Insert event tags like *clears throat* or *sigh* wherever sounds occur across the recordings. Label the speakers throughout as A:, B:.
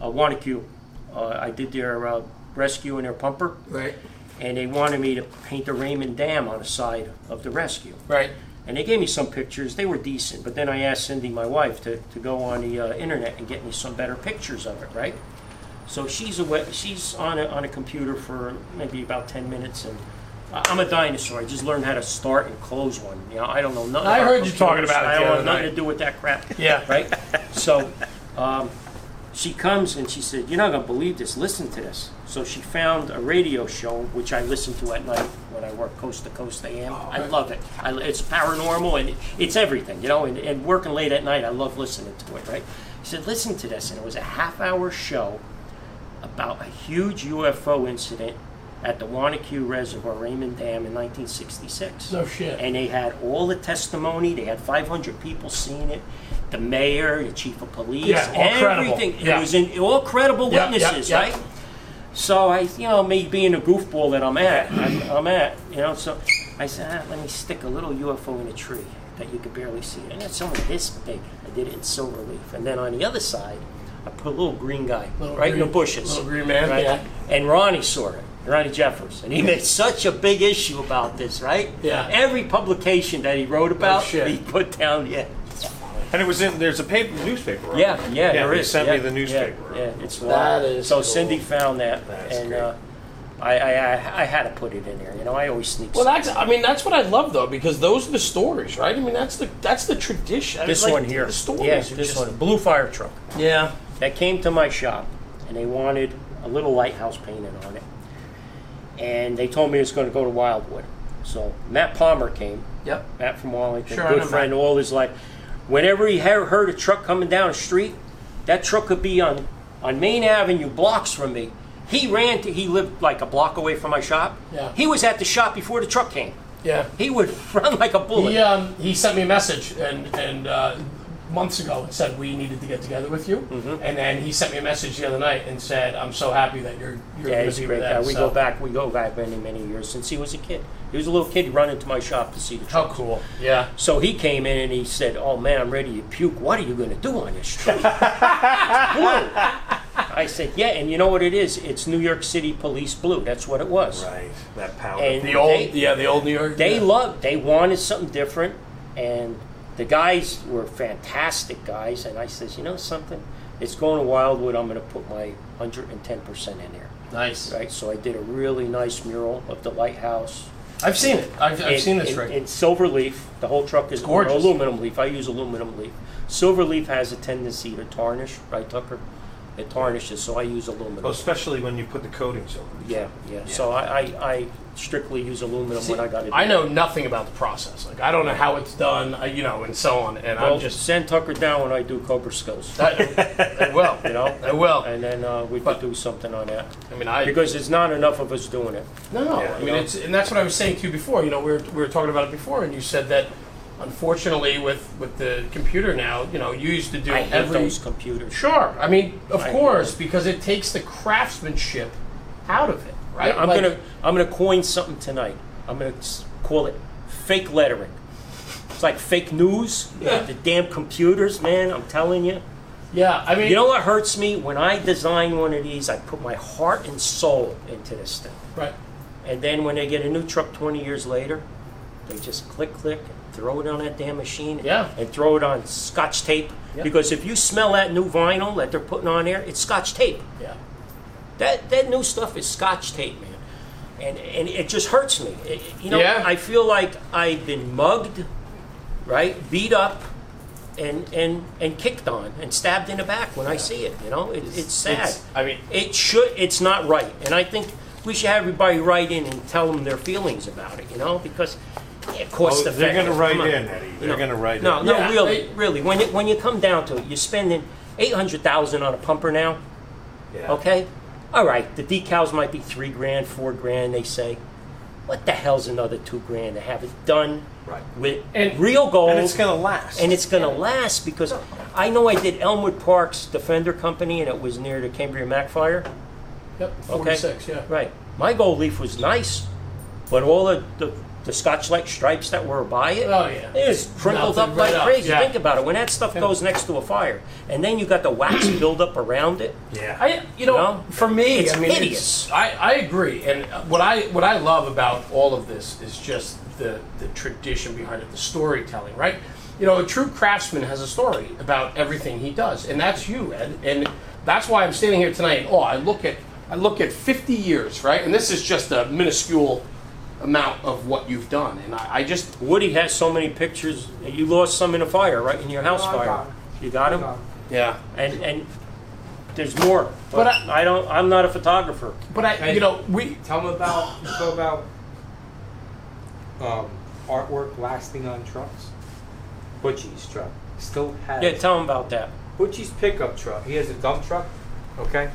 A: Wanacue. Uh, I did their uh, rescue and their pumper,
B: Right.
A: and they wanted me to paint the Raymond Dam on the side of the rescue.
B: Right.
A: And they gave me some pictures. They were decent, but then I asked Cindy, my wife, to, to go on the uh, internet and get me some better pictures of it. Right. So she's away, she's on a, on a computer for maybe about ten minutes, and I- I'm a dinosaur. I just learned how to start and close one. You know, I don't know nothing.
B: I
A: about
B: heard you talking
A: computers.
B: about it
A: I
B: the
A: don't
B: other
A: have nothing
B: night.
A: to do with that
B: *laughs*
A: crap
B: Yeah.
A: right? So um, she comes and she said, "You're not gonna believe this. Listen to this." So she found a radio show which I listened to at night when I work coast to coast AM. I love it. I, it's paranormal and it's everything, you know. And, and working late at night, I love listening to it, right? She said, "Listen to this," and it was a half-hour show about a huge UFO incident at the Wanacue Reservoir, Raymond Dam, in 1966.
B: No shit.
A: And they had all the testimony. They had 500 people seeing it. The mayor, the chief of police,
B: Yeah, all credible.
A: everything.
B: Yeah.
A: It was in all credible
B: Yeah, yeah,
A: witnesses,
B: yeah.
A: right? So I, you know, me being a goofball that I'm at, I'm, I'm at, you know. So I said, ah, let me stick a little UFO in a tree that you could barely see, and that's only this big. I did it in silver leaf, and then on the other side, I put a little green guy
B: Little
A: right in
B: green-
A: the bushes,
B: little green man,
A: right?
B: yeah.
A: And Ronnie saw it, Ronnie Jeffers, and he made such a big issue about this, right?
B: Yeah. Oh,
A: Every publication that he wrote about,
B: shit.
A: he put down, yeah,
C: And it was in, there's a paper, newspaper. on
A: yeah,
C: it.
A: yeah,
C: yeah
A: there
C: they
A: is,
C: sent
A: yeah,
C: me the
A: yeah,
C: newspaper.
A: Yeah, it's
B: That
A: wild.
B: is
A: so
B: cool.
A: Cindy found that,
C: That's
A: and
C: great.
A: uh, I, I, I, I had to put it in there. You know, I always sneak.
B: Well,
A: stuff.
B: that's. I mean, that's what I love though, because those are the stories, right? I mean, that's the that's the tradition. I
A: this
B: like,
A: one here,
B: The stories.
A: yeah,
B: are
A: this
B: just-
A: one, blue fire truck
B: Yeah.
A: that came to my shop, and they wanted a little lighthouse painted on it, and they told me it's going to go to Wildwood. So Matt Palmer came,
B: Yep.
A: Matt from Wallington,
B: Sure, I know
A: good
B: Matt.
A: friend all his life. Whenever he he- heard a truck coming down the street, that truck could be on, on Main Avenue blocks from me. He ran to, he lived like a block away from my shop.
B: Yeah.
A: He was at the shop before the truck came.
B: Yeah.
A: He would *laughs* run like a bullet.
B: He um, he sent me a message and and uh, months ago and said we needed to get together with you.
A: Mm-hmm.
B: And then he sent me a message the other night and said I'm so happy that you're you're
A: Yeah,
B: going
A: he's a
B: to be
A: great
B: with
A: guy.
B: us."
A: We
B: So-
A: go back, we go back many, many years since he was a kid. He was a little kid running to my shop to see the truck.
B: How cool. Yeah.
A: So he came in and he said, "Oh man, I'm ready to puke. What are you going to do on this trip?" I said, "Yeah, and you know what it is? It's New York City Police blue. That's what it was.
C: Right. That powder.
A: And-
B: The old
A: They-
B: yeah the old New York.
A: They
B: yeah.
A: loved. They wanted something different, and the guys were fantastic guys. And I says, you know something? It's going to Wildwood. I'm going to put my 110 percent in there,
B: nice.
A: right? So I did a really nice mural of the lighthouse."
B: I've seen it. I've, I've
A: in-
B: seen this
A: in,
B: right.
A: in silver leaf. The whole truck is
B: gorgeous.
A: aluminum leaf. I use aluminum leaf. Silver leaf has a tendency to tarnish, right, Tucker? It tarnishes, so I use aluminum.
C: Well, especially when you put the coatings over. it.
A: yeah, yeah, So I, I, I strictly use aluminum when I got it.
B: I know nothing about the process. Like I don't know how it's done, uh, you know, and so on. And
A: Well,
B: I'm just
A: send Tucker down when I do Cobra Skills,
B: I, I will,
A: *laughs* you know,
B: I will.
A: and then uh, we could
B: But-
A: do something on that
B: I mean, I
A: because there's not enough of us doing it.
B: no, no.
C: Yeah,
B: I
C: you
B: mean,
C: know.
B: it's and that's what I was saying to you before. You know, we were, we were talking about it before, and you said that unfortunately, with with the computer now, you know, you used to do
A: I hate
B: every
A: those computers.
B: sure. I mean, of
A: I hate
B: course,
A: them.
B: because it takes the craftsmanship out of it, right?
A: I'm
B: Like-
A: gonna I'm gonna coin something tonight. I'm gonna s- call it fake lettering. It's like fake news.
B: Yeah.
A: The damn computers, man. I'm telling you.
B: yeah. I mean,
A: You know what hurts me when I design one of these? I put my heart and soul into this thing,
B: right?
A: and then when they get a new truck 20 years later, they just click click, and throw it on that damn machine,
B: Yeah.
A: and throw it on Scotch tape.
B: Yeah.
A: Because if you smell that new vinyl that they're putting on there, it's Scotch tape.
B: Yeah.
A: That that new stuff is Scotch tape, man, and and it just hurts me. It- you know,
B: Yeah.
A: I feel like I've been mugged, right, beat up, and and and kicked on and stabbed in the back when I see it. You know, it, it's sad.
B: It's- I mean,
A: it should. It's not right, and I think we should have everybody write in and tell them their feelings about it. You know, because. It costs
C: Oh,
A: the
C: they're gonna
A: veterans.
C: write
A: Come on.
C: in, Eddie. They're
A: No.
C: gonna write
A: no,
C: in.
A: No,
B: Yeah,
A: really,
B: they-
A: really. When it, when you come down to it, you're spending eight hundred thousand on a pumper now.
C: Yeah.
A: Okay? All right, the decals might be three grand, four grand, they say. What the hell's another two grand to have it done
C: Right.
A: with
B: And-
A: real gold?
C: And it's gonna last.
A: and it's gonna last because I know I did Elmwood Park's Defender Company and it was near the Cambria Mac fire.
B: Yep.
A: Okay.
B: Forty-six. Yeah.
A: Right. My gold leaf was nice, but all the, the the Scotch Light stripes that were by it.
B: Oh, yeah.
A: It is crinkled up
B: Melted
A: like
B: right up,
A: crazy.
B: yeah.
A: Think about it. When that stuff goes next to a fire, and then you got the
B: *clears throat*
A: wax buildup around it.
C: Yeah.
B: I, you know,
A: No?
B: for me,
A: It's
B: I mean,
A: hideous.
B: It's, I, I agree, and what I what I love about all of this is just the the tradition behind it, the storytelling, right? You know, a true craftsman has a story about everything he does, and that's you, Ed, and that's why I'm standing here tonight in awe. I look at I look at 50 years, right, and this is just a minuscule amount of what you've done, and I, I just
A: Woody has so many pictures. You lost some in a fire, right? In your house
D: No, I
A: fire.
D: got 'em.
A: You got them,
D: Um,
B: yeah.
A: and and there's more. But,
B: But
A: I, don't. I'm not a photographer.
B: But I, you know, we
D: Tell them about tell 'em about um, artwork lasting on trucks. Butchie's truck still has
A: Yeah, tell him about that.
D: Butchie's pickup truck. He has a dump truck. Okay.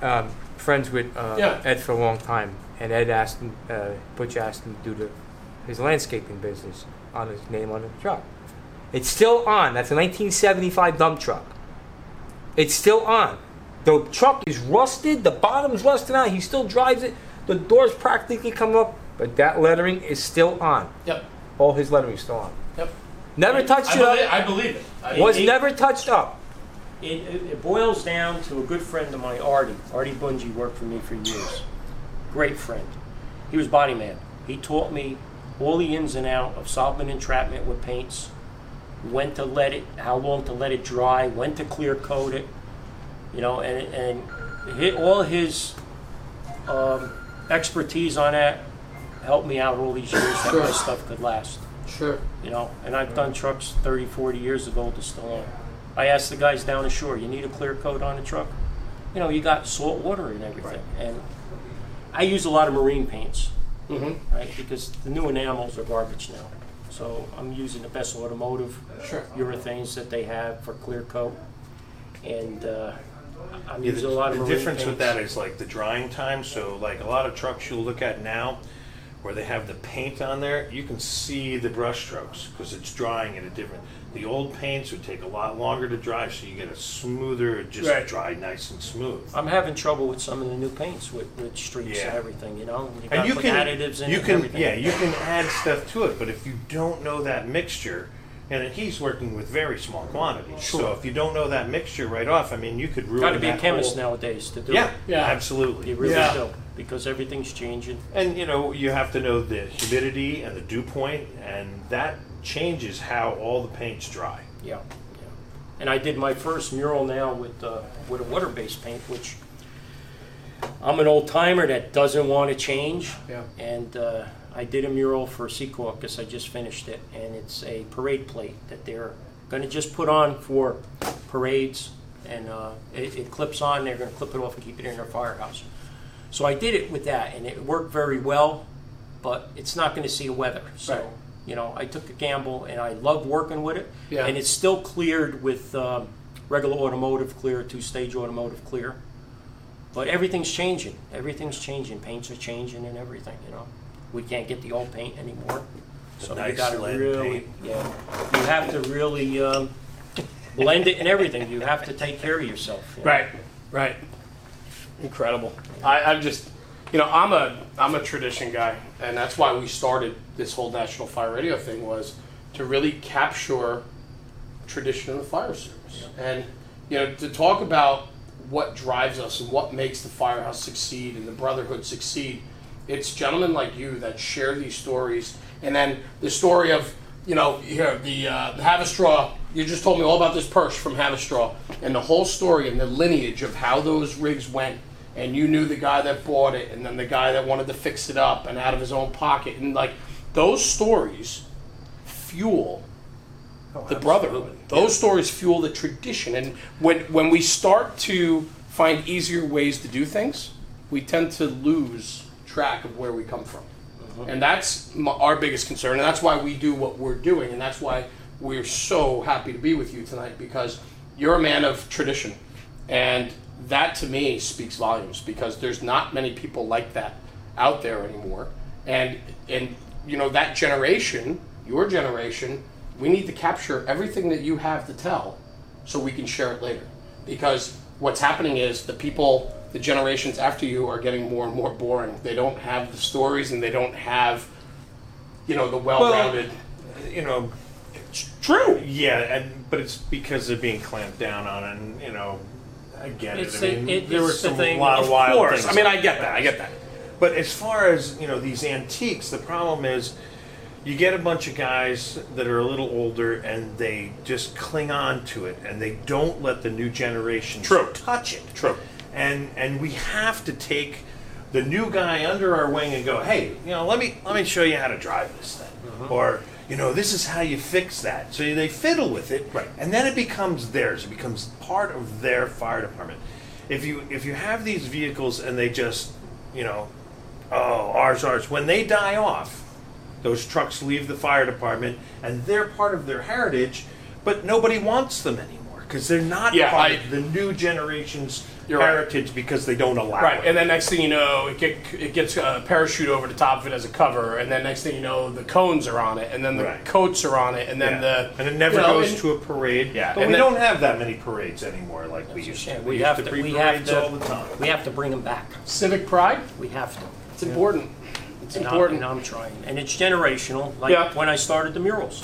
D: Um, friends with uh,
B: Yeah.
D: Ed for a long time, and Ed asked him, uh, Butch asked him to do the, his landscaping business on his name on the truck. It's still on. That's a 1975 dump truck. It's still on. The truck is rusted. The bottom's rusted out. He still drives it. The doors practically come up, but that lettering is still on.
B: yep
D: All his lettering is still on.
B: yep.
D: Never touched
B: I
D: it
B: believe,
D: up.
B: I believe it. I,
D: Was
A: He-
D: never touched up.
A: It, it, it boils down to a good friend of mine, Artie. Artie Bungie worked for me for years. Great friend. He was body man. He taught me all the ins and out of solvent entrapment with paints, when to let it, how long to let it dry, when to clear coat it, you know, and and hi all his um, expertise on that helped me out all these years that my
B: Sure.
A: stuff could last
B: sure.
A: you know, and I've done trucks 30, 40 years ago to still on. I asked the guys down the shore, you need a clear coat on a truck? You know, you got salt water and everything. And I use a lot of marine paints,
B: hmm
C: Mm-hmm.
A: right? Because the new enamels are garbage now. So I'm using the best automotive
B: Sure.
A: urethanes that they have for clear coat. And uh, I'm
C: Yeah,
A: using a lot of
C: the
A: marine
C: difference with
A: paints.
C: that is like the drying time. So like a lot of trucks you'll look at now, where they have the paint on there, you can see the brush strokes because it's drying at a different. The old paints would take a lot longer to dry, so you get a smoother, just
B: Right.
C: dry, nice and smooth.
A: I'm having trouble with some of the new paints with, with streaks and
C: Yeah.
A: everything, you know? You
C: And
A: gotta
C: you
A: put
C: can
A: additives in
C: you
A: and
C: can
A: everything.
C: yeah you can add stuff to it, but if you don't know that mixture. And he's working with very small quantities, so if you don't know that mixture right off, I mean, you could ruin.
A: Got to be a
C: that
A: chemist
C: whole-
A: nowadays to do
C: Yeah,
A: it.
B: Yeah.
C: absolutely.
A: You really
B: Yeah.
A: do because everything's changing.
C: And you know, you have to know the humidity and the dew point, and that changes how all the paints dry.
A: Yeah, yeah. And I did my first mural now with uh, with a water-based paint, which I'm an old timer that doesn't want to change.
B: Yeah.
A: And uh, I did a mural for Sea Caucus. I just finished it, and it's a parade plate that they're going to just put on for parades, and uh, it, it clips on. They're going to clip it off and keep it in their firehouse. So I did it with that, and it worked very well, but it's not going to see the weather. So,
B: Right.
A: you know, I took a gamble, and I love working with it.
B: Yeah.
A: And it's still cleared with um, regular automotive clear, two-stage automotive clear. But everything's changing. Everything's changing. Paints are changing and everything, you know. We can't get the old paint anymore. So you
C: nice
A: gotta
C: lead
A: really,
C: paint.
A: yeah, you have to really um, blend it and everything. You have to take care of yourself. you know.
B: Right, right. Incredible. I, I'm just, you know, I'm a I'm a tradition guy, and that's why we started this whole National Fire Radio thing was to really capture tradition of the fire service, and you know, to talk about what drives us and what makes the firehouse succeed and the brotherhood succeed. It's gentlemen like you that share these stories, and then the story of you know here the uh, Havistraw. You just told me all about this perch from Havistraw and the whole story and the lineage of how those rigs went. And you knew the guy that bought it, and then the guy that wanted to fix it up and out of his own pocket, and like those stories fuel the brotherhood. Those stories fuel the tradition, and when when we start to find easier ways to do things, we tend to lose track of where we come from, and that's m- our biggest concern. And that's why we do what we're doing, and that's why we're so happy to be with you tonight because you're a man of tradition, and that to me speaks volumes because there's not many people like that out there anymore, and and you know that generation, your generation, we need to capture everything that you have to tell so we can share it later. Because what's happening is the people, the generations after you are getting more and more boring. They don't have the stories and they don't have you know, the well-rounded.
C: you know,
B: it's true.
C: yeah, and but it's because they're being clamped down on, and you know, I get
A: It's
C: it. I
A: a-
C: mean,
A: it-
C: there
A: it's
C: were
A: the
C: some
A: thing-
C: lot of,
A: of
C: wild
A: course.
C: things.
B: I mean, I get that. I get that.
C: But as far as you know, these antiques, the problem is, you get a bunch of guys that are a little older, and they just cling on to it, and they don't let the new generation
B: True.
C: touch it.
B: True.
C: And and we have to take the new guy under our wing and go, hey, you know, let me let me show you how to drive this thing, or you know, this is how you fix that. So they fiddle with it,
B: Right.
C: And then it becomes theirs. It becomes part of their fire department. If you if you have these vehicles and they just, you know, oh, ours, ours. When they die off, those trucks leave the fire department and they're part of their heritage, but nobody wants them anymore because they're not
B: Yeah,
C: part
B: I-
C: of the new generation's
B: You're right.
C: heritage because they don't allow
B: Right,
C: it.
B: and then next thing you know, it, get, it gets a parachute over the top of it as a cover, and then next thing you know, the cones are on it, and then the
C: Right.
B: coats are on it, and then
C: Yeah.
B: the
C: and it never
B: you know,
C: goes
B: and-
C: to a parade.
B: Yeah,
C: but
B: and
C: we
B: then-
C: don't have that many parades anymore like we used to.
A: shame.
C: We,
A: We
C: used
A: have
C: to
A: to-
C: pre
A: we have
C: parades
A: to-
C: all the time.
A: We have to bring them back.
B: civic pride.
A: We have to.
B: It's important. It's
A: And I'm-
B: important.
A: And I'm trying. And it's generational,
B: Yeah.
A: like when I started the murals.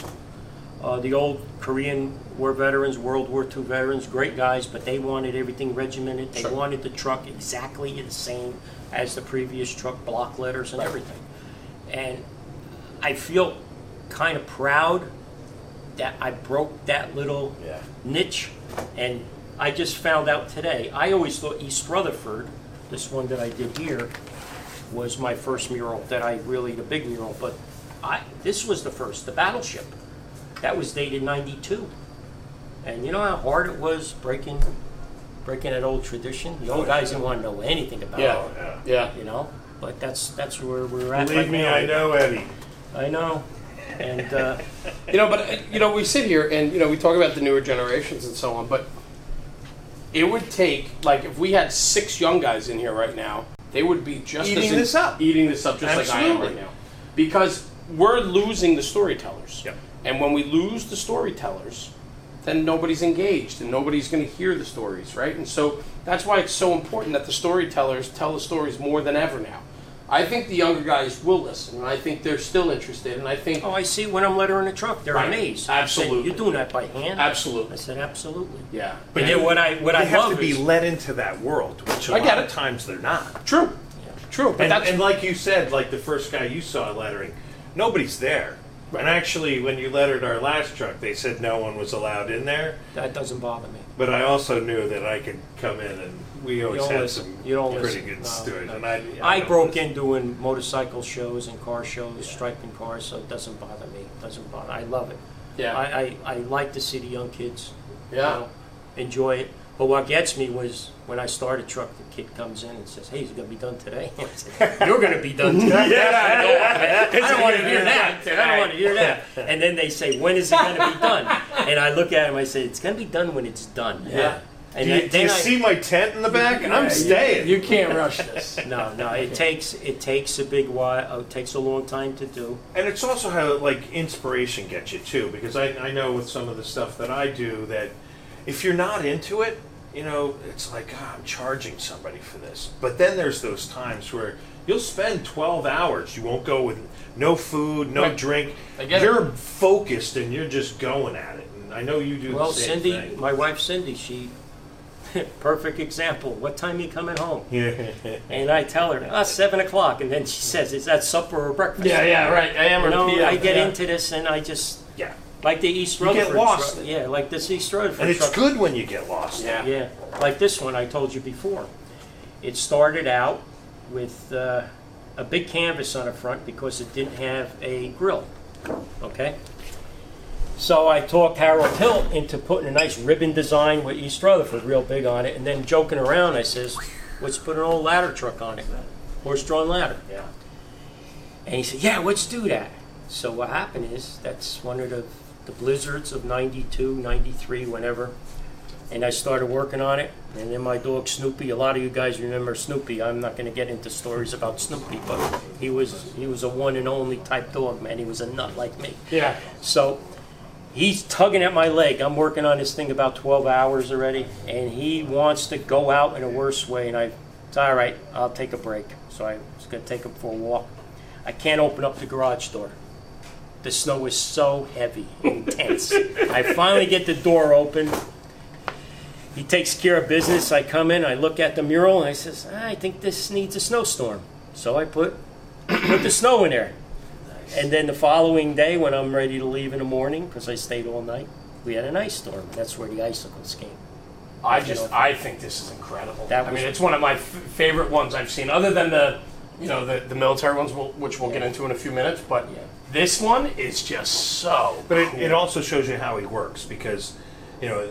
A: Uh, the old Korean War veterans, World War II veterans, great guys, but they wanted everything regimented. They
B: Sure.
A: wanted the truck exactly the same as the previous truck, block letters and everything. And I feel kind of proud that I broke that little
C: Yeah.
A: niche. And I just found out today. I always thought East Rutherford, this one that I did here, was my first mural that I really the big mural. But I this was the first, the battleship. That was dated '92. And you know how hard it was breaking breaking that old tradition. The old guys didn't want to know anything about
B: yeah.
A: it.
C: yeah.
B: yeah,
A: You know, but that's that's where we're at.
C: Believe
A: right
C: me,
A: now.
C: I know, Eddie.
A: I know. And uh,
B: You know, but uh, you know, we sit here and you know we talk about the newer generations and so on, but it would take like if we had six young guys in here right now, they would be just
C: Eating
B: as in-
C: this up.
B: eating this up just like I am
C: Absolutely.
B: right now, because we're losing the storytellers.
C: Yep.
B: And when we lose the storytellers, then nobody's engaged and nobody's going to hear the stories, right? And so that's why it's so important that the storytellers tell the stories more than ever now. I think the younger guys will listen, and I think they're still interested, and I think
A: *laughs* oh, I see when I'm lettering the truck, they're
B: Right.
A: amazed.
B: Absolutely.
A: I said, You're doing that by hand. I
B: absolutely,
A: said, absolutely.
B: yeah.
A: But then what I what
C: They
A: I
C: have
A: love
C: to be
A: is
C: let into that world, which a
B: I
C: lot
B: get
C: of
B: it.
C: times they're not.
B: True, true. But
C: and,
B: that's
C: and like you said, like the first guy you saw lettering, nobody's there. And actually, when you lettered our last truck, they said no one was allowed in there.
A: that doesn't bother me.
C: But I also knew that I could come in, and we always
A: don't
C: had
A: listen.
C: some
A: You don't
C: pretty
A: listen.
C: good
A: No,
C: stories.
A: no.
C: And I,
A: I
C: don't
A: broke
C: listen.
A: in doing motorcycle shows and car shows, striping cars, so it doesn't bother me. It doesn't bother. I love it.
B: yeah,
A: I, I, I like to see the young kids you
B: yeah.
A: know, enjoy it. But what gets me was when I started truck, the kid comes in and says, "Hey, he's gonna be done today." *laughs* I said, You're gonna be done today.
C: *laughs* Yeah.
A: I don't want to hear that. I don't want to hear that. And then they say, "When is it gonna be done?" And I look at him. I say, "It's gonna be done when it's done."
B: Yeah.
A: *laughs* And
C: do you,
A: then-
C: do you
A: then I-
C: see my tent in the back?
B: Yeah,
C: I'm
B: you-
C: staying.
B: You can't rush this.
A: No, no, it takes it takes a big while. uh, It takes a long time to do.
C: and it's also how like inspiration gets you too because I, I know with some of the stuff that i do that if you're not into it you know it's like "Ah, i'm charging somebody for this but then there's those times where you'll spend 12 hours you won't go with no food no
B: Right.
C: drink
B: I get it.
C: you're focused and you're just going at it and i know you do
A: Well,
C: the same
A: Cindy,
C: thing.
A: my wife Cindy, she *laughs* perfect example. What time you coming home?
C: yeah
A: And I tell her, ah, seven o'clock, and then she says, is that supper or breakfast?
B: *laughs* Yeah, yeah, right. AM
A: You
B: or
A: know,
B: PM.
A: I get
B: yeah.
A: into this, and I just
C: yeah
A: like the East
C: You get
A: Rutherford.
C: lost.
A: truck- Yeah, like this East Rutherford.
C: and it's
A: truck.
C: good when you get
B: *laughs*
C: lost
B: Yeah.
A: Yeah, like this one I told you before. It started out with uh, a big canvas on the front because it didn't have a grill. Okay? So I talked Harold Hill into putting a nice ribbon design with East Rutherford real big on it, and then joking around, I says, let's put an old ladder truck on it, horse drawn ladder.
C: yeah
A: And he said, Yeah, let's do that. So what happened is that's one of the, the blizzards of 92, 93, whenever. And I started working on it. And then my dog Snoopy, a lot of you guys remember Snoopy. I'm not going to get into stories about Snoopy, but he was he was a one and only type dog, man. He was a nut like me.
B: Yeah.
A: So he's tugging at my leg. I'm working on this thing about 12 hours already, and he wants to go out in a worse way. And I, it's all right, I'll take a break. So I was going to take him for a walk. I can't open up the garage door. The snow is so heavy, intense. I finally get the door open. He takes care of business. I come in, I look at the mural, and I says, I think this needs a snowstorm. So I put *clears throat* put the snow in there. And then the following day, when I'm ready to leave in the morning, because I stayed all night, we had an ice storm. That's where the icicles came.
B: I just I think this is incredible.
A: That
B: I
A: was-
B: mean, it's one of my f- favorite ones I've seen, other than the you know the, the military ones, we'll, which we'll get into in a few minutes. But
A: Yeah.
B: this one is just so.
C: But it, it also shows you how he works because, you know,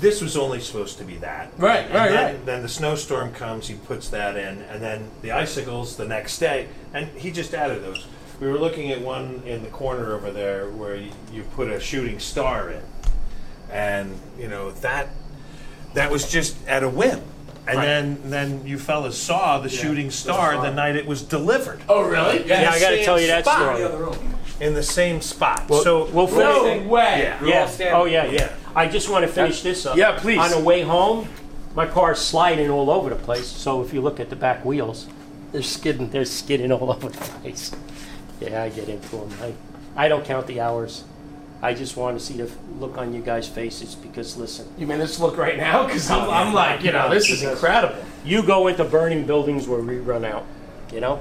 C: this was only supposed to be that.
B: Right,
C: And
B: right,
C: then,
B: right.
C: Then the snowstorm comes, he puts that in, and then the icicles the next day, and he just added those. We were looking at one in the corner over there where you, you put a shooting star in, and you know that that was just at a whim. And
B: Right.
C: then then you fellas saw the shooting star the
B: star.
C: night it was delivered
B: Oh really?
A: Yeah, I got to
C: same
A: tell you that
B: Ah.
C: spot.
A: story.
C: in the same spot.
D: Well-
C: so
D: well, for-
B: No
D: Yeah.
B: way.
C: yeah.
D: We're all
A: Yeah.
D: standing.
A: Oh, yeah,
C: Yeah.
A: yeah. I just want to finish this up.
B: Yeah, please.
A: On the way home, my car's sliding all over the place. So if you look at the back wheels, they're skidding. They're skidding all *laughs* over the place. Yeah, I get into them. I, I don't count the hours. I just want to see the look on you guys' faces because listen,
B: You mean this look right now? Because I'm, I'm like, you know, this is incredible.
A: you go into burning buildings where we run out, you know?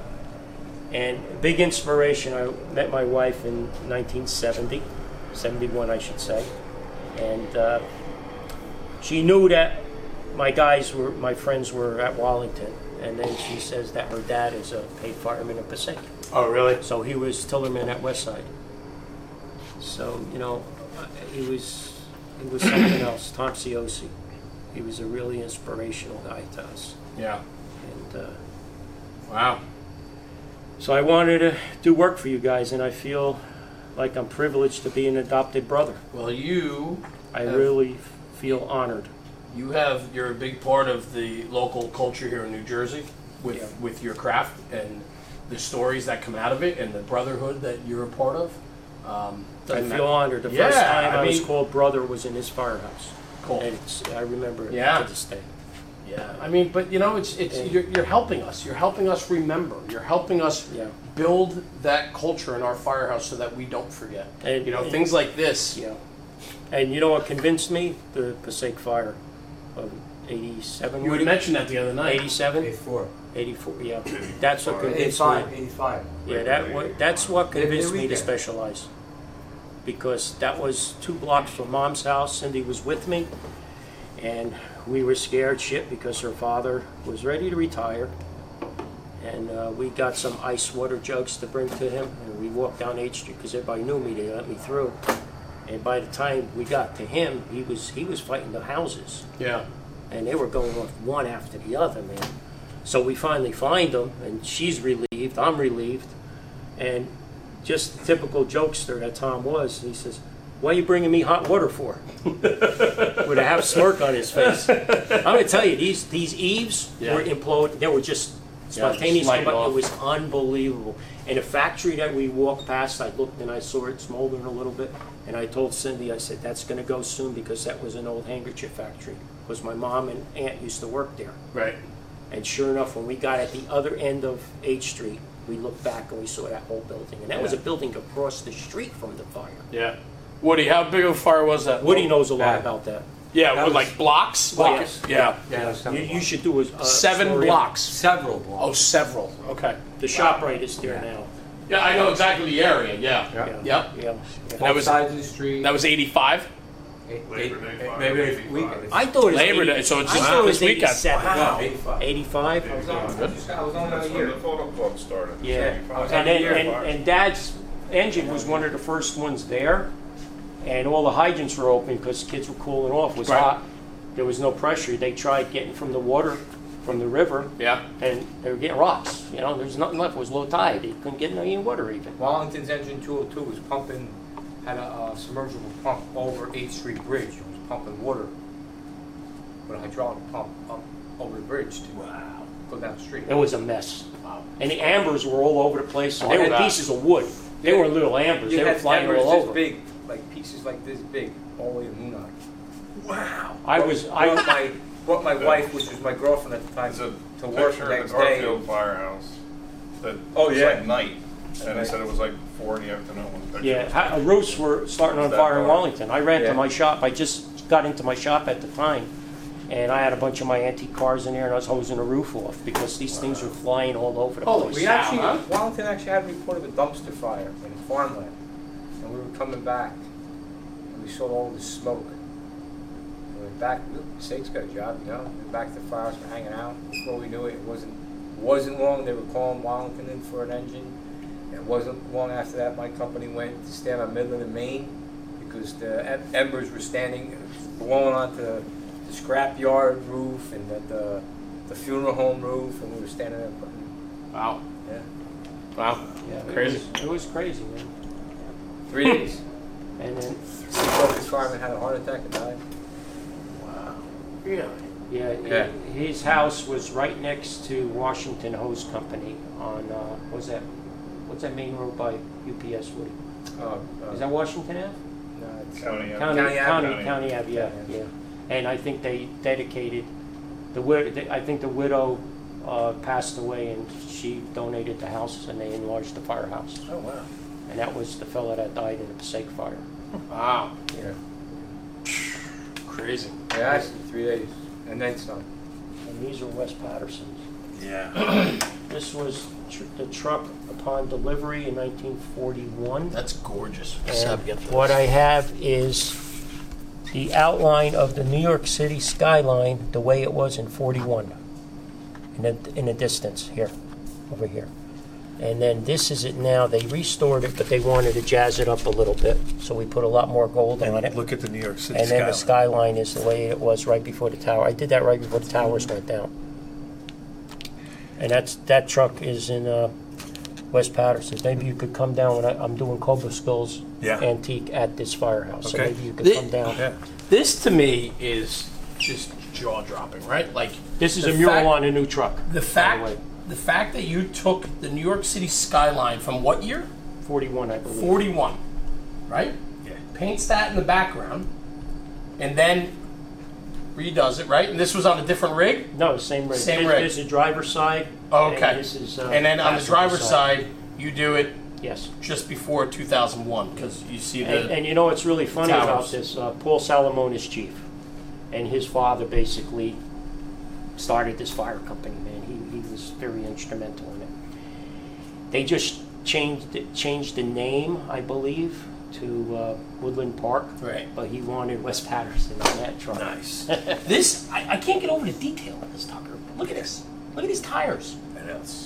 A: And big inspiration, I met my wife in 1970, 71, I should say. And uh, she knew that my guys were, my friends were at Wallington. And then she says that her dad is a paid fireman in Passaic.
B: Oh really?
A: So he was Tillerman at Westside. So, you know, he was, he was something else, Tom Ciosi. He was a really inspirational guy to us.
B: Yeah.
A: And uh,
B: Wow.
A: so I wanted to do work for you guys, and I feel like I'm privileged to be an adopted brother.
B: Well, you
A: I
B: Yeah.
A: really feel honored.
B: you have you're a big part of the local culture here in New Jersey with
A: Yeah.
B: with your craft and the stories that come out of it and the brotherhood that you're a part of. Um,
A: I
B: doesn't
A: feel
B: matter-
A: honored. The
B: Yeah,
A: first time
B: I
A: I, was
B: mean-
A: called brother was in his firehouse,
B: cool.
A: and it's, I remember it
B: Yeah.
A: to this day.
B: Yeah, I mean, but you know, it's it's
A: Yeah.
B: you're, you're helping us. You're helping us remember. You're helping us
A: Yeah.
B: build that culture in our firehouse so that we don't forget.
A: And-
B: you know,
A: and-
B: things like this.
A: Yeah. And you know what convinced me? The Passaic Fire of 87.
B: You had mentioned that the other night.
A: 87?
E: 84.
A: 84,
B: *coughs*
A: yeah. That's what convinced me.
E: 85. 85.
A: Yeah, that wa that's what
E: Every
A: convinced me to
E: weekend.
A: specialize. Because that was two blocks from mom's house, Cindy was with me, and we were scared shit because her father was ready to retire. And uh, we got some ice water jugs to bring to him, and we walked down H Street because everybody knew me. They let me through, and by the time we got to him, he was he was fighting the houses
B: Yeah.
A: and they were going off one after the other, man. So we finally find them, and she's relieved. I'm relieved, and just the typical jokester that Tom was. He says, "Why are you bringing me hot water
B: *laughs*
A: for?" With a half smirk on his face. I'm gonna tell you, these these eaves
B: Yeah.
A: were imploded. They were just
B: Yeah, just
A: spontaneous,
B: light it
A: but
B: off.
A: it was unbelievable. And the factory that we walked past, I looked and I saw it smoldering a little bit. And I told Cindy, I said, that's going to go soon because that was an old handkerchief factory. Because my mom and aunt used to work there.
B: Right.
A: And sure enough, when we got at the other end of H Street, we looked back and we saw that whole building. And that was a
B: Yeah.
A: building across the street from the fire.
B: Yeah. Woody, how big of a fire was that?
A: Woody knows a lot
D: Yeah.
A: about that.
B: Oh, Yeah,
D: That
B: with
D: was-
B: like blocks.
A: Blocks.
B: Like, yeah.
D: Yeah,
A: You,
D: several
A: you should do a, a
B: Seven
A: story on-
B: blocks.
D: Several
B: Oh,
D: blocks.
B: several. Okay.
A: The shop right is there
D: Yeah.
A: now.
B: Yeah, I know exactly the area. Yeah.
A: Yeah.
B: Yep.
A: Yeah. yeah.
B: That
D: Both
B: was-
D: sides of the street.
B: That was 85.
D: Eight- eight-
E: Labor Day
D: eight-
E: fire,
D: Labor Day
E: 85.
D: weekend.
A: I thought it was
B: Labor
A: 80
B: Day, so it's
A: I
B: just
A: thought it was
B: this weekend.
A: 87.
D: Wow.
E: 85.
A: 85?
E: I was on, I just got- I was on that
F: That's when
E: year.
F: the photo club started.
A: Yeah.
E: I was
A: And,
E: on
A: then,
E: the year.
A: and, and Dad's engine was one of the first ones there, and all the hydrants were open because kids were cooling off. It was
B: Right.
A: hot. There was no pressure. They tried getting from the water, from the river,
B: Yeah.
A: and they were getting rocks. You know, there's nothing left. It was low tide. They couldn't get any water even.
D: Wallington's engine 202 was pumping, had a uh, submersible pump over 8th Street Bridge. It was pumping water with a hydraulic pump up over the bridge to
B: Wow.
D: go down the street.
A: It was a mess.
B: Wow.
A: And the ambers were all over the place. So they
D: Oh,
A: were
B: yeah.
A: pieces of wood. They were little ambers.
D: You
A: they were
D: had
A: flying
D: embers
A: all
D: this
A: over.
D: big, like pieces like this big, all the way to Munich.
A: I was. I,
D: Brought my, brought my wife, which was my girlfriend at the time,
F: There's a
D: to work
F: picture
D: the
F: of
D: next
F: the
D: day.
F: Garfield firehouse. That
E: Oh,
F: it's
E: yeah.
F: like night.
E: And they said it was like four in the afternoon. when the picture was taken.
A: Yeah, a roofs were starting on
E: That
A: fire in
E: dark.
A: Wellington. I ran
D: Yeah.
A: to my shop, I just got into my shop at the time, and I had a bunch of my antique cars in there, and I was hosing the roof off, because these things were flying all over the
F: Oh,
A: place.
F: we actually,
B: huh?
F: Wellington actually had a report of a dumpster fire in farmland, and we were coming back, and we saw all the smoke. And we back, Sake's got a job, you know, we back to the firehouse, we're hanging out, before we knew it, it wasn't, wasn't long, they were calling Wellington in for an engine. It wasn't long after that, my company went to stand on Midland and Maine, because the em- embers were standing, blowing onto the scrapyard roof and the- the, the funeral home roof, and we were standing there putting
B: Wow.
F: yeah.
B: Wow.
A: Yeah, it
B: Crazy.
A: was- It was crazy, man.
F: Three days.
A: And then,
F: Focus fireman had a heart attack and died.
B: Really?
A: yeah,
F: Yeah.
A: he- his house was right next to Washington Hose Company on, uh, what was that, what's that main road by UPS, Woody?
F: Oh,
A: Is that Washington Ave?
F: no, it's,
E: County, yeah.
A: County,
F: County Ave.
A: County,
E: County.
A: County Ave, yeah,
F: Yeah.
A: yeah. And I think they dedicated, the widow, I think the widow uh, passed away and she donated the house and they enlarged the firehouse.
F: oh wow.
A: And that was the fella that died in the Passaic fire.
B: Wow.
F: Yeah.
B: Crazy.
F: Yeah, actually three days and then some.
A: And these are West Patterson's.
C: Yeah.
A: This was tr- the truck upon delivery in 1941.
G: That's gorgeous.
A: And
G: Sab, get this.
A: What I have is the outline of the New York City skyline, the way it was in 41, in the, in the distance here, over here. And then this is it now. They restored it, but they wanted to jazz it up a little bit, so we put a lot more gold on it.
C: And look at the New York City
A: And then the
C: skyline.
A: skyline is the way it was right before the tower. I did that right before the towers went down. And that's, that truck is in uh, West Patterson. Maybe you could come down when I, I'm doing Cobra Skulls
C: Yeah.
A: Antique at this firehouse. So
C: Okay.
A: maybe you could
B: The-
A: come down.
B: This to me is just jaw dropping, right? Like
A: This is
B: the
A: a mural
B: fact-
A: on a new truck,
B: the
A: way.
B: fact the fact that you took the New York City skyline from what year?
A: 41, I believe.
B: 41, right? Yeah. Paints that in the background and then redoes it, right? And this was on a different rig?
A: No, same rig.
B: Same
A: This-
B: rig.
A: This is driver's side.
B: Okay.
A: And this is. uh,
B: and then on the
A: passenger
B: driver's side, you do it
A: Yes.
B: just before 2001 because you see the.
A: And, and you know what's really funny about
B: towers.
A: this? Uh, Paul Salamone is chief, and his father basically started this fire company. Man, he, he was very instrumental in it. They just changed it, changed the name, I believe, to uh, Woodland Park.
B: Right.
A: But he wanted West Patterson on that truck.
B: nice. *laughs* this, I, I can't get over the detail on this, Tucker. Look at this. Look at these tires.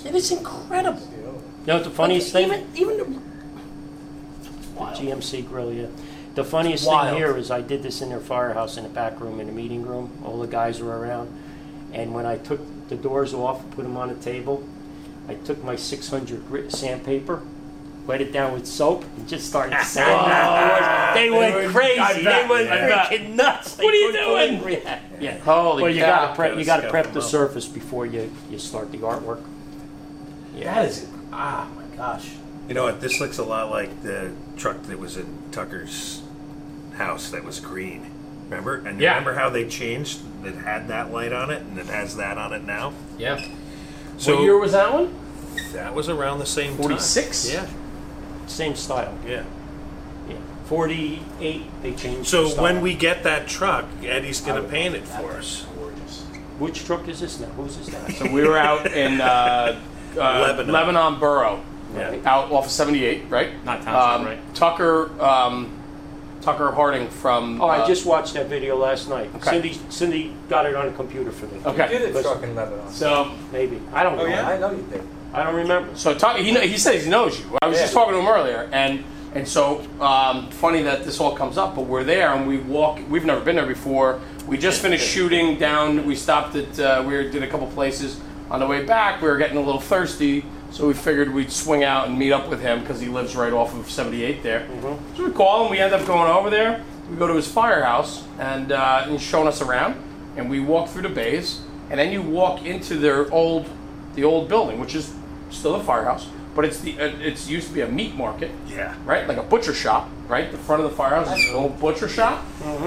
B: It is incredible.
A: You know what the funniest
B: Like,
A: thing?
B: Even, even the. Wild.
A: GMC grill, yeah. The funniest
B: Wild.
A: thing here is I did this in their firehouse in the back room in the meeting room. All the guys were around, and when I took the doors off, put them on a table, I took my 600 grit sandpaper, wet it down with soap, and just
B: *laughs*
A: started sanding. they, went crazy. They went freaking nuts. what are you doing? Yeah. yeah.
B: *laughs* Holy
A: Well, you
B: cow.
A: gotta prep. You gotta
C: scout
A: prep
C: them
A: the
C: up.
A: surface before you you start the artwork.
B: That is. Ah, my gosh.
C: You know what? This looks a lot like the truck that was in Tucker's house that was green. Remember? And
B: Yeah.
C: remember how they changed? It had that light on it, and it has that on it now.
B: Yeah.
C: So
B: what year was that one?
C: that was around the same time.
B: 46?
C: Yeah.
A: Same style.
C: Yeah.
A: Yeah. 48. They changed.
C: So
A: the style.
C: when we get that truck, Eddie's gonna paint it for us.
A: Which truck is this now? Who's this now?
B: *laughs* So we were out in uh, uh,
C: Lebanon.
B: Lebanon. Borough,
C: Yeah.
B: out off of 78, right?
H: Not Township,
B: um,
H: right.
B: Tucker, um, Tucker Harding from.
A: Oh, I
B: uh,
A: just watched that video last night.
B: Okay.
A: Cindy, Cindy got it on the computer for me.
F: You
B: Okay.
F: did a truck in Lebanon. Oh,
B: So,
A: Maybe I
D: Oh,
A: don't know.
F: I know you did.
A: I don't remember.
B: so Tucker, he, kn- he says he knows you. I was
F: Yeah.
B: just talking to him earlier, and and so um, funny that this all comes up. But we're there, and we walk. We've never been there before. We just finished shooting down. We stopped at. Uh, we did a couple places on the way back. We were getting a little thirsty, so we figured we'd swing out and meet up with him because he lives right off of 78 there. So we call him. We end up going over there. We go to his firehouse, and uh, he's showing us around. And we walk through the bays, and then you walk into their old, the old building, which is still a firehouse, but it's the uh, it's used to be a meat market,
C: Yeah.
B: right? Like a butcher shop, right? The front of the firehouse is an old butcher shop,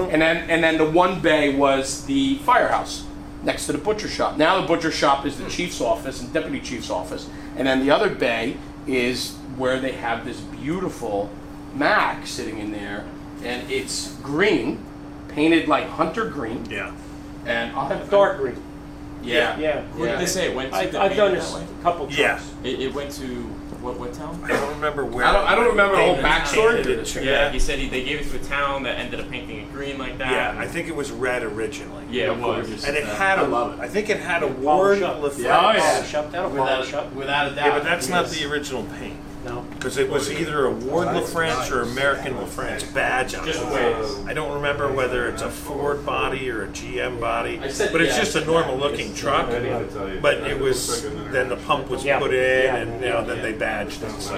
B: and then and then the one bay was the firehouse next to the butcher shop. Now the butcher shop is the chief's office and deputy chief's office, and then the other bay is where they have this beautiful Mac sitting in there, and it's green, painted like hunter green,
C: Yeah.
B: and I'll have
A: Dark green.
B: Yeah,
A: Yeah.
G: What did they say? It went to
A: I,
G: the
A: I've done
G: painting
A: this
G: that way.
A: a couple times.
C: Yeah.
G: It, it went to what what town?
C: I don't remember where.
B: I don't, I don't remember the whole
C: David
B: backstory
C: painted
B: to
C: it.
B: this.
G: Yeah, he said he, they gave it to a town that ended up painting it green like that.
C: Yeah,
G: and-
C: I think it was red originally.
G: yeah, it was.
C: And it had a. uh, I think it had a
A: Polish
C: Ward
A: up.
B: Oh,
C: LaFleur.
B: yeah.
A: Polish up. That'll polish up.
B: Without, without a doubt.
C: Yeah, but that's not the original paint.
A: No.
C: Because it was either a Ward LaFrance or American LaFrance badge on it.
G: Just ways.
C: I don't remember whether it's a Ford body or a GM body,
B: I said-
C: but it's
B: yeah.
C: just a normal looking truck.
E: I didn't tell you.
C: But it was, then the pump was
A: Yeah.
C: put in
A: Yeah.
C: and, you know, then they badged it, so.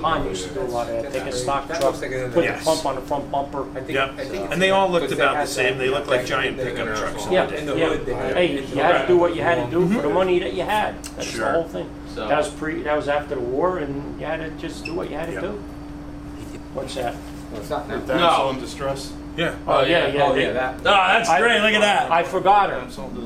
A: Pond used to do a lot of that. Take a stock
F: That
A: truck,
F: looks
A: put
F: like another-
A: the
C: Yes.
A: pump on the front bumper.
F: I think,
C: Yeah,
F: I think
C: and they all looked
F: because they
C: about
F: had
C: the same,
F: that-
C: they looked like
F: that-
C: giant
F: that-
C: pickup
F: that-
C: trucks.
A: Yeah,
F: In the
A: yeah.
F: hood, they had-
A: Hey, you had to do what you had to do for the money that you had. That's
C: Sure.
A: the whole thing.
B: So-
A: That was pre. That was after the war, and you had to just do what you had to
C: Yeah.
A: do. What's that?
F: It's not now.
B: No.
E: in distress.
C: Yeah. Ah.
A: Oh, yeah,
F: Oh,
A: they-
F: yeah, that.
C: that's
A: I-
C: great, look at that.
A: I forgot her.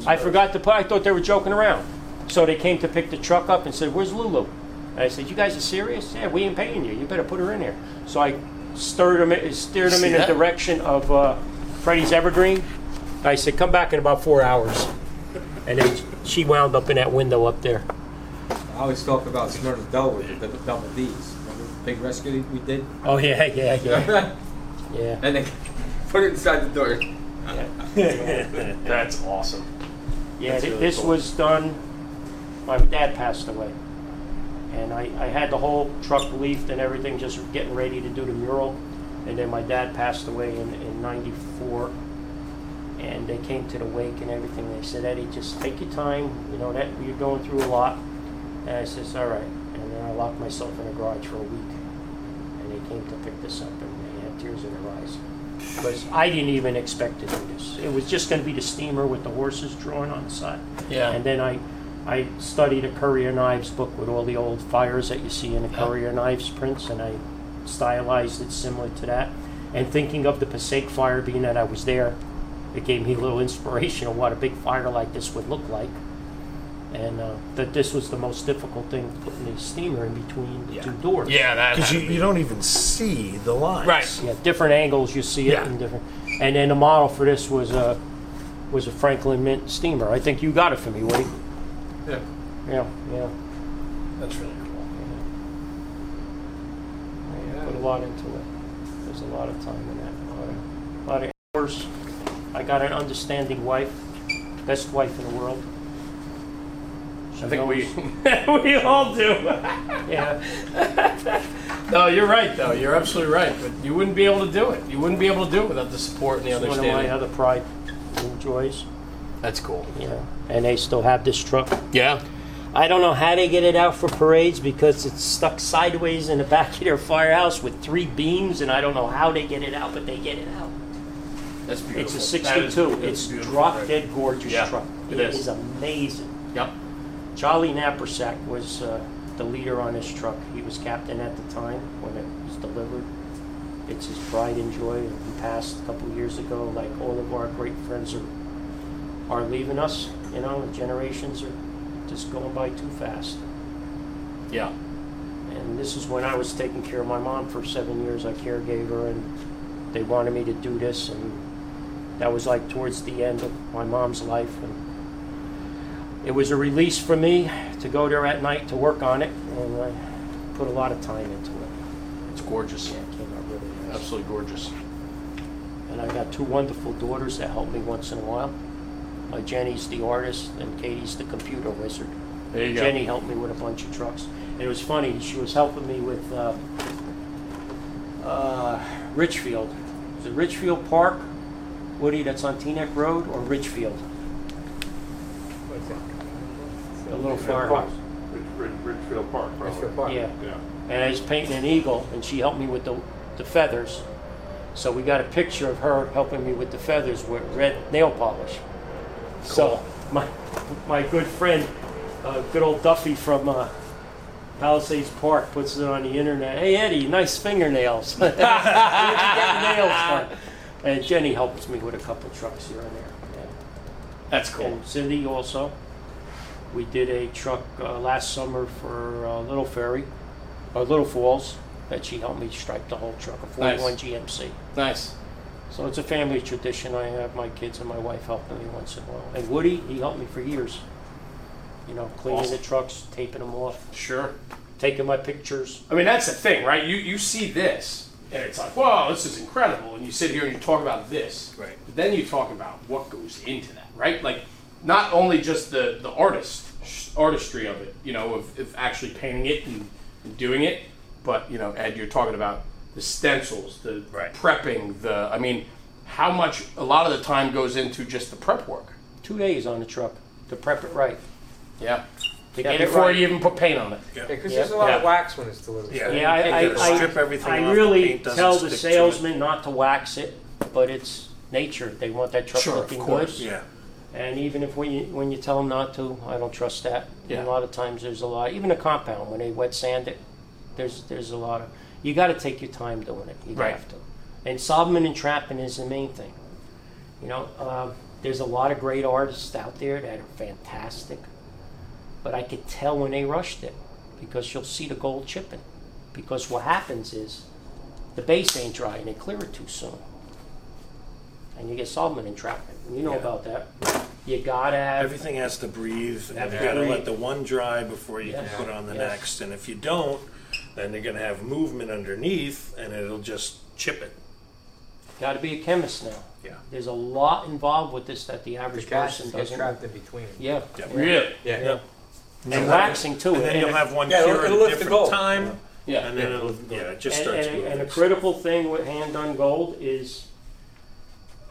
A: I forgot to put. I thought they were joking around. So they came to pick the truck up and said, "Where's Lulu?" And I said, "You guys are serious? Yeah, we ain't paying you. You better put her in there." So I stirred them, steered them in the direction of uh, Freddie's Evergreen. I said, "Come back in about four hours," and then she wound up in that window up there.
F: I always talk about Smyrna Delaware, the the double D's. Remember the big rescue we did?
A: Oh yeah, *laughs* yeah, yeah, yeah.
F: *laughs* And they put it inside the door.
C: *laughs*
B: That's awesome.
A: Yeah, thi- this was done. My dad passed away, and I, I had the whole truck leafed and everything, just getting ready to do the mural. And then my dad passed away in, in '94, and they came to the wake and everything. They said, Eddie, just take your time. You know that you're going through a lot. And I says, all right. And then I locked myself in the garage for a week, and they came to pick this up, and they had tears in their eyes because I didn't even expect to do this. It was just going to be the steamer with the horses drawn on the side.
B: Yeah.
A: And then I, I studied a Courier Knives book with all the old fires that you see in the Courier Knives prints, and I stylized it similar to that. And thinking of the Passaic fire, being that I was there, it gave me a little inspiration of what a big fire like this would look like. And uh, that this was the most difficult thing, putting the steamer in between the two doors.
B: Yeah, that.
C: Because you, you don't even see the lines.
B: Right.
A: Yeah, different angles you see it
C: Yeah.
A: in different. And then the model for this was a was a Franklin Mint steamer. I think you got it for me, Wade.
B: Yeah.
A: Yeah, yeah.
B: That's really cool.
A: I Put a lot into it. There's a lot of time in that. A lot of, lot of hours. I got an understanding wife, best wife in the world. She
B: I think we.
A: knows.
B: *laughs*
A: we *laughs* all do. yeah.
B: No, you're right though. You're absolutely right. But you wouldn't be able to do it. You wouldn't be able to do it without the support and the
A: One of my
B: understanding.
A: other pride and joys.
B: That's cool.
A: Yeah. And they still have this truck.
B: Yeah.
A: I don't know how they get it out for parades because it's stuck sideways in the back of their firehouse with three beams, and I don't know how they get it out, but they get it out.
B: That's beautiful.
A: It's a
B: That is-
A: '62.
B: that's
A: It's
B: beautiful.
A: drop dead gorgeous
B: Yeah,
A: truck.
B: it
A: it
B: is.
A: is amazing.
B: Yep.
A: Charlie Knappersack was uh, the leader on this truck. He was captain at the time when it was delivered. It's his pride and joy. He passed a couple years ago. Like all of our great friends are are leaving us. You know, generations are just going by too fast.
B: Yeah.
A: And this is when I was taking care of my mom for seven years. I caregave her, and they wanted me to do this, and that was like towards the end of my mom's life. And it was a release for me to go there at night to work on it, and I put a lot of time into it.
B: It's gorgeous.
A: Yeah, it came out really nice.
B: Absolutely gorgeous.
A: And I got two wonderful daughters that help me once in a while. My Jenny's the artist, and Katie's the computer wizard.
B: There you go.
A: Jenny helped me with a bunch of trucks. And it was funny, she was helping me with uh, uh, Richfield. Is it Richfield Park, Woody, that's on Teaneck Road, or Richfield? A little firehouse.
E: Ridgefield Park, probably.
F: That's your part.
A: Yeah.
E: Yeah.
A: And I was painting an eagle, and she helped me with the, the feathers. So we got a picture of her helping me with the feathers with red nail polish. So my my good friend, uh, good old Duffy from uh, Palisades Park, puts it on the internet. Hey Eddie, nice fingernails. Where'd you get the nails from? And Jenny helps me with a couple trucks here and there.
B: That's cool.
A: And Cindy also. We did a truck uh, last summer for uh, Little Ferry. or Little Falls, that she helped me stripe the whole truck, a
B: Nice.
A: 41 GMC.
B: Nice.
A: So it's a family tradition. I have my kids and my wife helping me once in a while. And Woody, he helped me for years. You know, cleaning the
B: Awesome.
A: trucks, taping them off,
B: Sure.
A: taking my pictures.
B: I mean, that's the thing, right? You you see this, and it's like, wow, this is incredible. And you sit here and you talk about this,
C: Right.
B: But then you talk about what goes into that, right? Like, not only just the the artist artistry of it, you know, of, of actually painting it and, and doing it, but you know, Ed, you're talking about the stencils, the
C: Right.
B: prepping, the I mean, how much a lot of the time goes into just the prep work.
A: Two days on the truck to prep it right.
B: Yeah.
A: To
B: Yeah,
A: get it
B: before
A: right.
B: you even put paint on it.
D: because there's a lot of wax when it's delivered.
C: Yeah.
A: Yeah, I, I,
B: You gotta
A: I,
C: strip everything
A: I
C: off, the
A: really
C: paint doesn't
A: tell the
C: stick to it.
A: salesman not to wax it, but it's nature. They want that truck
B: Sure, of
A: looking good.
B: course.
C: Yeah.
A: And even if when you, when you tell them not to, I don't trust that.
B: Yeah.
A: A lot of times there's a lot, even a compound, when they wet sand it, there's, there's a lot of, you got to take your time doing it. You
B: Right.
A: have to. And Solomon and trapping is the main thing. You know, um, there's a lot of great artists out there that are fantastic, but I could tell when they rushed it because you'll see the gold chipping. Because what happens is the base ain't dry and they clear it too soon. And you get Solomon entrapment. And You know about that. You gotta have
C: Everything has to breathe, and
A: Have
C: you
A: to
C: gotta
A: breathe.
C: let the one dry before you can
A: Yes.
C: put on the
A: Yes.
C: next. And if you don't, then you're gonna have movement underneath, and it'll just chip it.
A: gotta be a chemist now.
C: Yeah.
A: There's a lot involved with this that the
D: The
A: average
D: gas
A: person
D: gets
A: doesn't.
D: trapped in between.
A: Yeah.
C: Yeah.
B: Really?
D: Yeah.
A: And waxing too.
C: And then you'll
A: if-
C: have one
D: Yeah, it'll-
C: cure at
D: it'll
C: a
D: lift the
C: different
D: gold.
C: time,
B: Yeah.
C: and then it'll, yeah, it just
A: and,
C: starts
A: and a- and a
C: moving.
A: critical thing with hand done gold is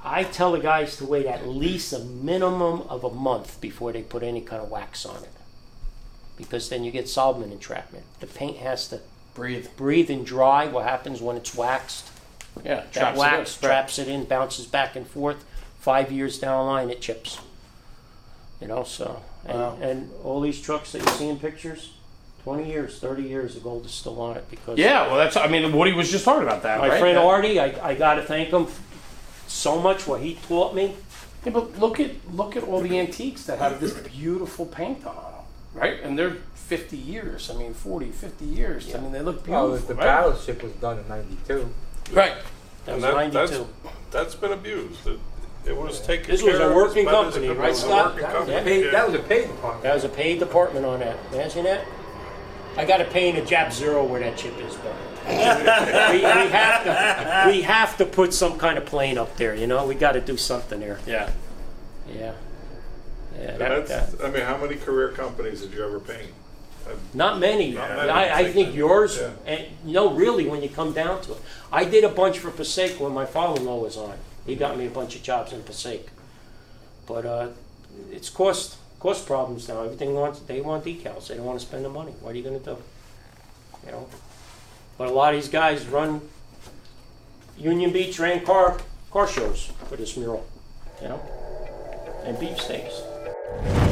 A: I tell the guys to wait at least a minimum of a month before they put any kind of wax on it. Because then you get solvent entrapment. The paint has to
B: Breathe.
A: breathe and dry. What happens when it's waxed?
B: Yeah.
A: That
B: traps it
A: wax
B: up.
A: traps it in, bounces back and forth. Five years down the line, it chips. You know, so. And,
B: Wow.
A: and all these trucks that you see in pictures, 20 years, 30 years, the gold is still on it because
B: Yeah, well, that's. I mean, Woody was just talking about that,
A: my
B: right?
A: friend
B: That-
A: Artie, I, I got to thank him so much what he taught me.
B: Yeah, but look at look at all the antiques that have this beautiful paint on them, right? And they're 50 years. I mean, 40, 50 years. I mean, they look beautiful.
D: Well, the
B: right?
D: battleship was done in '92.
B: right?
A: That was
E: And that- that's-
A: 92.
E: That's been abused. It- It was taken care of.
A: This was a working
E: but it's-
A: company,
E: it was
A: right,
E: a
A: Scott?
E: working
A: That was
E: company,
A: it.
D: Paid-
E: yeah.
D: That was a paid department.
A: That was a paid department on that. Imagine that. I got to paint a Jap Zero where that chip is, but we, we have to we have to put some kind of plane up there. You know, we got to do something there.
B: Yeah.
A: Yeah, yeah.
E: And
A: That, that.
E: that's- I mean, how many career companies did you ever paint?
A: Not many.
E: Not many.
A: I, I think yours,
E: Yeah.
A: and no, really, when you come down to it. I did a bunch for Passaic when my father-in-law was on. He got me a bunch of jobs in Passaic. But uh, it's cost cost problems now. Everything wants they want decals. They don't want to spend the money. What are you going to do? You know. But a lot of these guys run Union Beach ran car car shows for this mural. You know, and beefsteaks.